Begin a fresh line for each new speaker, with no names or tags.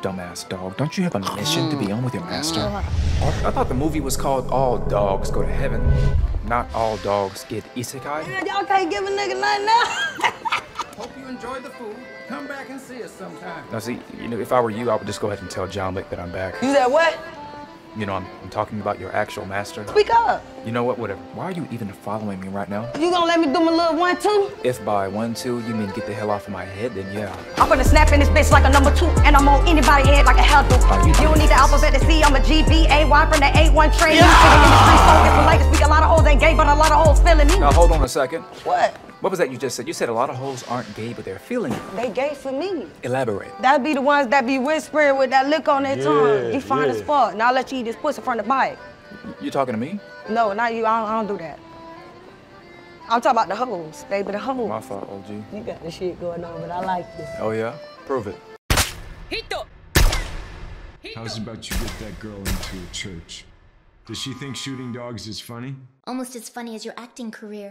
Dumbass dog, don't you have a mission to be on with your master? I thought the movie was called All Dogs Go to Heaven. Not all dogs get isekai.
Man, y'all can't give a nigga nothing now.
Hope you enjoyed the food. Come back and see us sometime.
Now, see, you know, if I were you, I would just go ahead and tell John Wick that I'm back.
you said what?
You know, I'm, I'm talking about your actual master.
Speak up.
You know what? Whatever. Why are you even following me right now?
You gonna let me do my little one two?
If by one two you mean get the hell off of my head, then yeah.
I'm gonna snap in this bitch like a number two, and I'm on anybody head like a handle. Oh, You don't need the alphabet to see I'm a G B A Y from the A1 train. You sitting in the street, so it's related. Speak a lot of hoes ain't gay, but a lot of hoes feeling me.
Now hold on a second.
What?
What was that you just said? You said a lot of hoes aren't gay, but they're feeling it.
They gay for me.
Elaborate.
That be the ones that be whispering with that lick on their tongue. You fine as fuck. Now I'll let you eat this pussy from the bike.
You talking to me?
No, not you. I don't, I don't do that. I'm talking about the hoes, baby. The hoes.
My fault, OG.
You got the shit going on, but I like you.
Oh yeah? Prove it.
How's about you get that girl into a church? Does she think shooting dogs is funny?
Almost as funny as your acting career.